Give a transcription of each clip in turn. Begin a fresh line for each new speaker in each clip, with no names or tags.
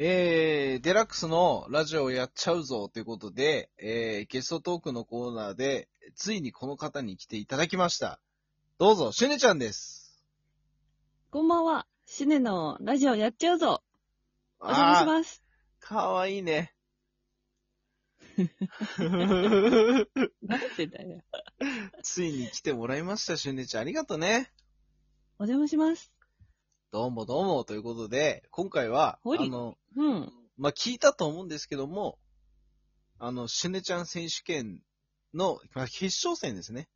えー、デラックスのラジオをやっちゃうぞということで、えー、ゲストトークのコーナーで、ついにこの方に来ていただきました。どうぞ、シュネちゃんです。
こんばんは。シネのラジオやっちゃうぞ。お
お
邪魔します。
かわいい ね。
なんてだよ。
ついに来てもらいました、シュネちゃん。ありがとね。
お邪魔します。
どうもどうも、ということで、今回は、
ほい
あの、
うん。
まあ、聞いたと思うんですけども、あの、シュネちゃん選手権の、まあ、決勝戦ですね。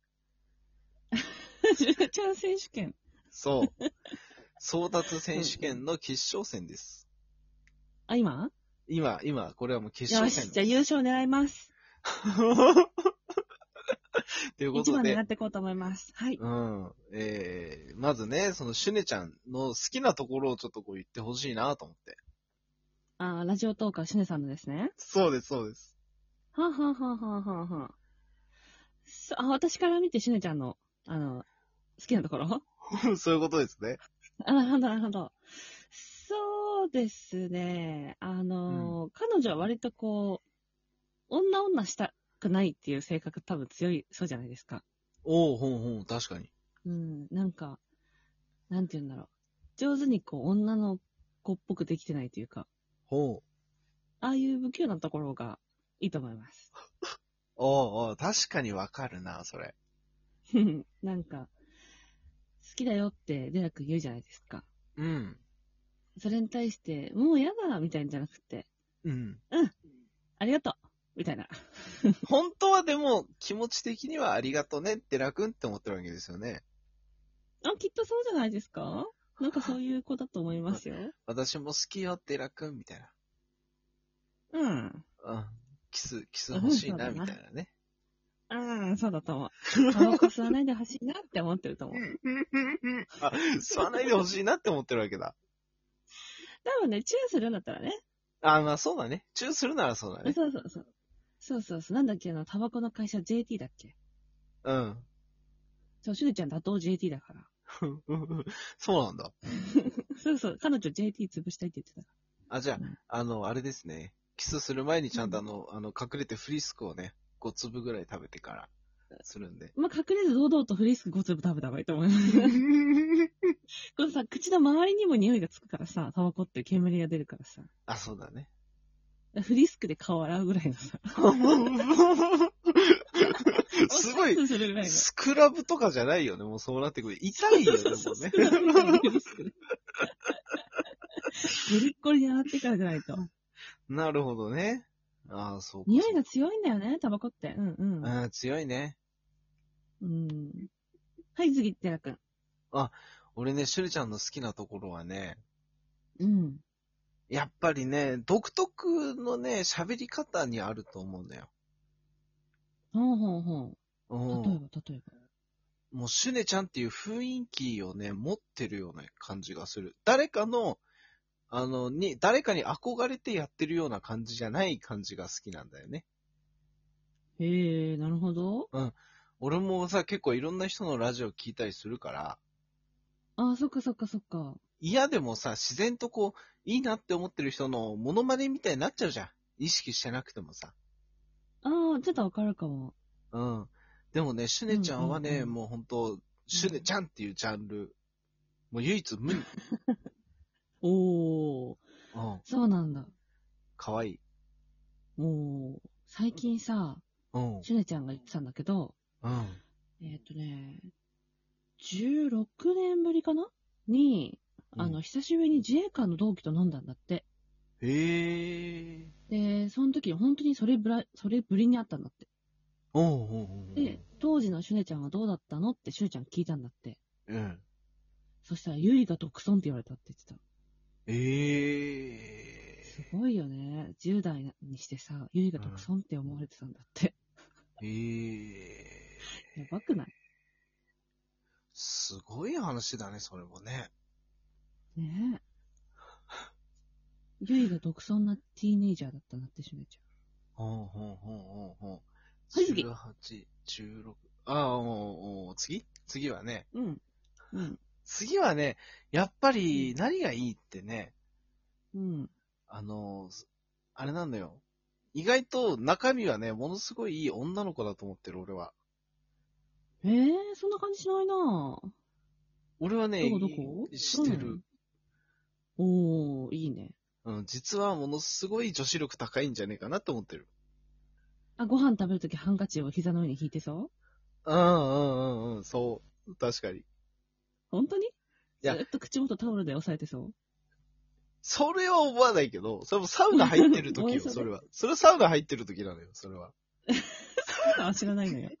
シュネちゃん選手権。
そう。争奪選手権の決勝戦です。
あ、今
今、今、これはもう決
よ
勝
し、
戦
じゃあ優勝狙います。
というこ
一
と
番
で
狙、っていこうと思います。はい。
うん。えー、まずね、そのシュネちゃんの好きなところをちょっとこう言ってほしいなと思って。
あーラジオトーカーシュネさんのですね。
そうです、そうです。
はあ、はあはあはあはあはあ、そあ、私から見てシュネちゃんの、あの、好きなところ
そういうことですね。
あ、 なるほど、なるほど。そうですね。あの、彼女は割とこう、女女したくないっていう性格多分強い、そうじゃないですか。
おうほんほん、確かに。
うん、なんか、なんて言うんだろう。上手にこう、女の子っぽくできてないというか、
ほう。
ああいう不器用なところがいいと思います。
おうおう、確かにわかるな、それ。
なんか、好きだよってデラ君言うじゃないですか。
うん。
それに対して、もうやだみたいなんじゃなくて、
うん。
ありがとうみたいな。
本当はでも、気持ち的にはありがとねって楽んって思ってるわけですよね。
あ、きっとそうじゃないですかなんかそういう子だと思いますよ。
私も好きよって楽んみたいな。
うん。
うん。キス、キス欲しいな、
うん
み
そうだな
たいなね。
うん、そうだと思う。 タバコ吸わないでほしいなって思ってると思う。
あ、吸わないでほしいなって思ってるわけだ。
多分ね、チューするんだったらね。
あ、まあそうだね。チューするならそうだね。
そうそうそう。そうそうそう。なんだっけ、あの、タバコの会社 JT だっけ
うん。
そう、しゅねちゃん妥当 JT だから。
そうなんだ。
そうそう。彼女 JT 潰したいって言ってたか
あ、じゃあ、あの、あれですね。キスする前にちゃんとあの、あの、隠れてフリスクをね、5粒ぐらい食べてから、するんで。
ら。まあ、隠れず堂々とフリスク5粒食べた方がいいと思います。 このさ、口の周りにも匂いがつくからさ、タバコって煙が出るからさ。
あ、そうだね。
フリスクで顔洗うぐらいのさ。
すごい
お、しゃするぐらいの。
スクラブとかじゃないよね。もうそうなってくる。痛いよね、も
そう
う ね。
グリッコリに洗ってからじゃないと。
なるほどね。ああ、そうか。
匂いが強いんだよね、タバコって。うんうん。
うん、強いね。
うん、はい、次、寺くん。
俺ね、シュルちゃんの好きなところはね、
うん。
やっぱりね、独特のね、喋り方にあると思うんだよ。
ほうほうほ
うん。
う。例えば、例えば。
もう、シュネちゃんっていう雰囲気をね、持ってるような感じがする。誰かの、あの、に、誰かに憧れてやってるような感じじゃない感じが好きなんだよね。
へえ、なるほど。
俺もさ、結構いろんな人のラジオ聞いたりするから、
ああ、そっかそっかそっか。
嫌でもさ、自然とこう、いいなって思ってる人のモノマネみたいになっちゃうじゃん。意識してなくてもさ。
ああ、ちょっとわかるかも。
うん。でもね、シュネちゃんはね、
うんうんうん
もう本当シュネちゃんっていうジャンル、もう唯一無二。
お
う
お、
ん。
そうなんだ。
かわいい。
おお、最近さ、
うん。
しゅねちゃんが言ってたんだけど、
うん。
えっ、とね、16年ぶりかなに、あの、久しぶりに自衛官の同期と飲んだんだって。
へえ。
で、その時に本当にそれぶら、それぶりに会ったんだって。
うんうんうん
で、当時のシュネちゃんはどうだったのってシュネちゃん聞いたんだって。
うん。うん。
そしたら、ユイが独尊って言われたって言ってた。
ええ。
すごいよね。10代にしてさ、ユイが独尊って思われてたんだって。
ええ。
やばくない
すごい話だね、それもね。
ねえ。 ユイが独尊なティーネイジャーだったなって、シュネち
うんうんうんうんうん。
い次
18、16。ああ、おうおう次次はね。
ゃん。うん。うん。
次はね、やっぱり何がいいってね、
うん。
あの、あれなんだよ。意外と中身はね、ものすごいいい女の子だと思ってる、俺は。
えー、そんな感じしないなぁ。
俺はね、
どこどこ
してる、
おー、いいね。
うん。実はものすごい女子力高いんじゃねえかなと思ってる。
あ、ご飯食べるときハンカチを膝の上に引いてそう
うんうんうんうん、そう。確かに。
本当にず
や
ーっと口元タオルで押さえてそう
それは思わないけど、それもサウナ入ってる
ご
時よ、
めんなさい
それは。それはサウナ入ってる時なのよ、それは。
あ、知らないのよ。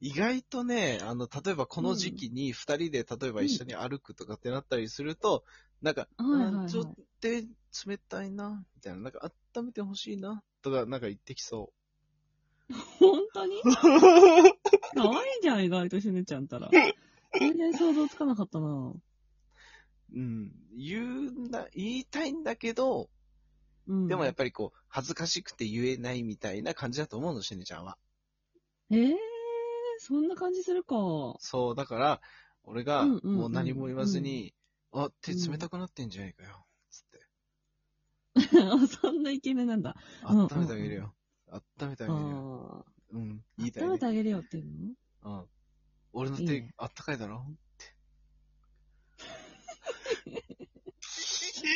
意外とね、あの、例えばこの時期に二人で、例えば一緒に歩くとかってなったりすると、なんか、
はいはい
あ
はい
ちょっと冷たいな、みたいな、なんか温めてほしいな、とか、なんか言ってきそ
本当に
う。
可愛いじゃん、意外としねちゃんたら。全然想像つかなかったなぁ。
うん、言うな、言いたいんだけど、
うん。
でもやっぱりこう、恥ずかしくて言えないみたいな感じだと思うの、しねちゃんは。
えー、そんな感じするか。
そう、だから、俺が、
うんうんうん
もう何も言わずに、あ、手冷たくなってんじゃないかよ、つって。
あそんなイケメンなんだ。うんうんうん
温めてあげるよ。温めてあ
あ
げるよ。
ー
うん、言いたい、
温
ね
めて。あげるよっていうの
うん。俺の手、
いいね
あったかいだろ っ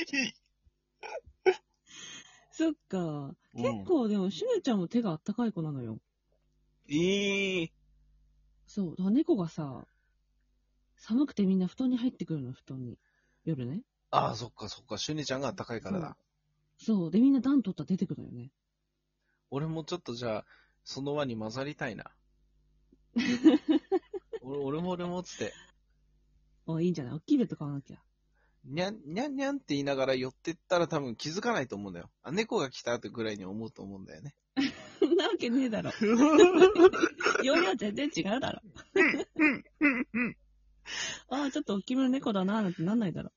て。
そっか。
うん
結構でも、しねちゃんも手があったかい子なのよ。
いい。
そう。だから猫がさ、寒くてみんな布団に入ってくるの、布団に。夜ね。
ああ、そっかそっか。シュネちゃんがあったかいからだ。
そう。で、みんな暖取ったら出てくるのよね。
俺もちょっとじゃあ、その輪に混ざりたい な。俺俺も俺もっつって、
あ、いいんじゃない大きいベッド買わなきゃ。
にゃん、にゃんにゃんって言いながら寄ってったら多分気づかないと思うんだよ。あ、猫が来たってぐらいに思うと思うんだよ ね。
そんなわけねえだろ。容量全然違うだろ。ああ、ちょっと大きめの猫だなーなんてなんないだろ。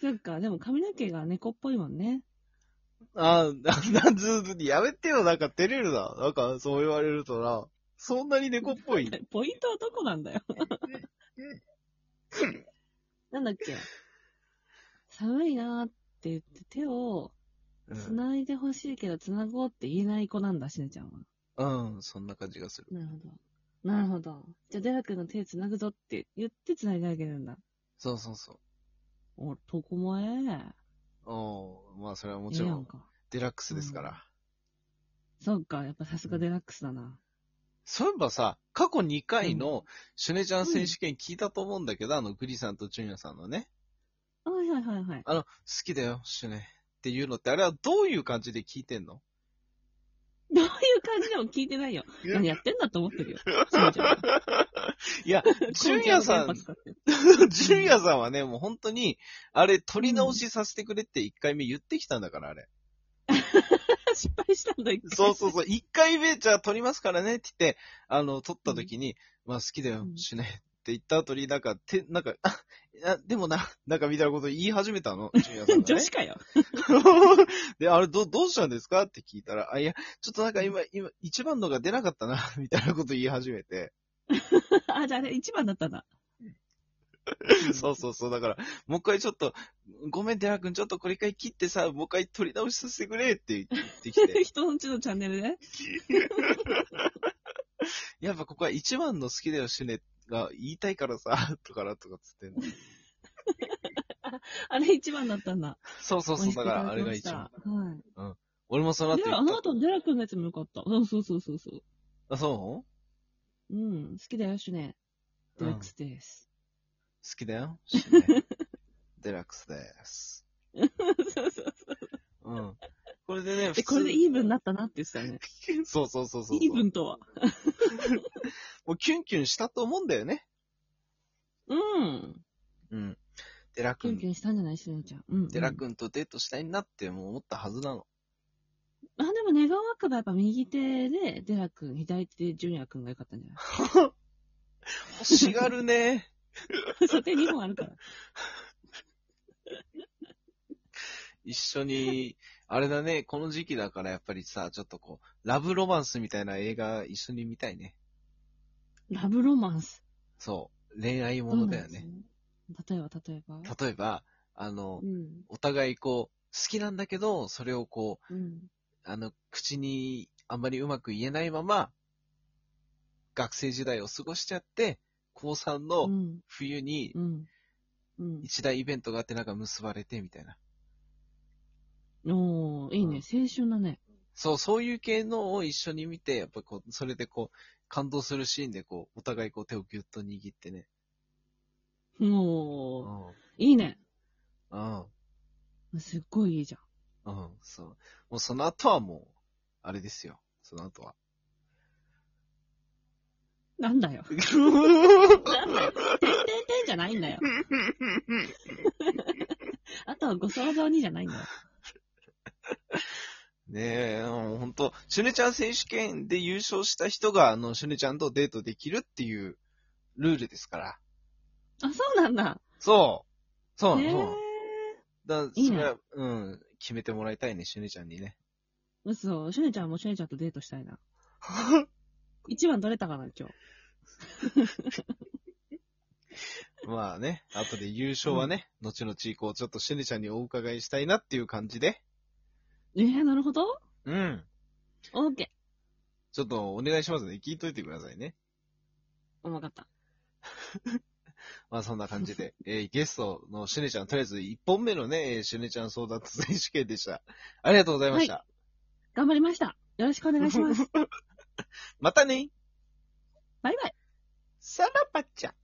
そっか、でも髪の毛が猫っぽいもんね。
あ ー、な、な、ず、やめてよ、なんか照れるな。なんか、そう言われるとな。そんなに猫っぽい。
ポイントはどこなんだよ。 なんだっけ。寒いなーって言って手を
うん、
繋いでほしいけど繋ごうって言えない子なんだ、しねちゃんは。
うん、そんな感じがする。
なるほど。なるほど。じゃあ、デラ君の手繋ぐぞって言って繋いであげるんだ。
そうそうそ
お、とこもええ。
う。おーまあ、それはも
え
ち
え
ろ
やん
ん、
か。
デラックスですから。
うんそっか、やっぱさすがデラックスだな。
そういえばさ、過去2回の、シュネちゃん選手権聞いたと思うんだけど、あの、グリさんとジュニアさんのね。
あはいはいはいはい。
あの、好きだよ、シュネ。っていうのって、あれはどういう感じで聞いてんの
どういう感じでも聞いてないよ。何やってんだと思ってる よ。そうじゃん
い や、ジュニアさん、ジュニアさんはね、もう本当に、あれ、取り直しさせてくれって1回目言ってきたんだから、あれ。
失敗したんだ、一回
そうそうそう、1回目じゃあ取りますからねって言って、あの、取った時に、まあ好きだよ
う、ん
しね。って言った後に、なんか、て、なんか、あ、あでもな、なんかみたいなこと言い始めたの、ジュニアさんが
女
ね
子。かよ。
で、あれ、ど、どうしたんですかって聞いたら、あ、いや、ちょっとなんか今、今、一番のが出なかったな、 みたいなこと言い始めて。
あ、じゃああれ一番だったんだ。
そうそうそう。だから、もう一回ちょっと、ごめん、デラ君、ちょっとこれ一回切ってさ、もう一回取り直しさせてくれって言 ってきて。
人のちのチャンネルで。
やっぱここは一番の好きだよ、シュネが言いたいからさ、とかな、とかつってんの。
あれ一番だったんだ。
そうそうそう。だから、あれ
美
が
味し
一
くいただ
番
き。ましたはい。
俺もその後
で、あ
言
の
っ
後、デラ君のやつもよかった。そうそうそうそうそう。
た。あ、そう
うん、好きだよ、シュネ。デラックスです。
好きだ よ、シュネ。デラックスです。
そうそうそう。
うん。これでね、
え、これで
い
イーブンになったなって言ってたよね。
そうそうそうそうそう。
イーブンとは。
もうキュンキュンしたと思うんだよね。
うん。
うん。デラ
キュン
君
キュンしたんじゃないしねちゃん。うん、うん。
デラ君とデートしたいなってもう思ったはずなの。
あ、でも願わくばやっぱ右手でデラ君、左手でジュニア君が良かったんじゃな
欲しがるね。
いそう、手2本あるから。
一緒に、あれだね、この時期だからやっぱりさ、ちょっとこう、ラブロマンスみたいな映画一緒に見たいね。
ラブロマンス。
そう。恋愛ものだよね。。
例えば、例えば。
例えば、あの
う、ん。
お互いこう、好きなんだけど、それをこ
うん。
う、あの、口にあんまりうまく言えないまま、学生時代を過ごしちゃって、高3
う
の
ん。
冬に
うん。うん
一大イベントがあってなんか結ばれてみたいな。
おー、いいね。青春だね。
そう、そういう系のを一緒に見て、やっぱこう、それでこう、感動するシーンでこう、お互いこう手をギュッと握ってね。う
もう、
ん。
いいね。
うん。
すっごいいいじゃん。
うん、そう。もうその後はもう、あれですよ。その 後は。
なんだよ。てんてんてんじゃないんだよ。あとはご想像にじゃないんだよ。
ねえ、もうほんと、シュネちゃん選手権で優勝した人が、あの、シュネちゃんとデートできるっていうルールですから。
あ、そうなんだ。
そう。そうなの、そう
へー
なの。だ
いいね
それは、うん、決めてもらいたいね、シュネちゃんにね。
嘘。シュネちゃんもシュネちゃんとデートしたいな。一番取れたかな、今日。
まあね、後で優勝はね、後々以降、ちょっとシュネちゃんにお伺いしたいなっていう感じで。
えー、なるほど。
うん。
オーケ
ちょっとお願いしますね。聞いといてくださいね。
ー。わかった。
まあそんな感じ で、えーゲストのシュネちゃん、とりあえず1本目のね、えーシュネちゃん争奪選手権でした。ありがとうございました。
頑張りました。よろしくお願いします。
またね
バイバイ。
さらばっちゃん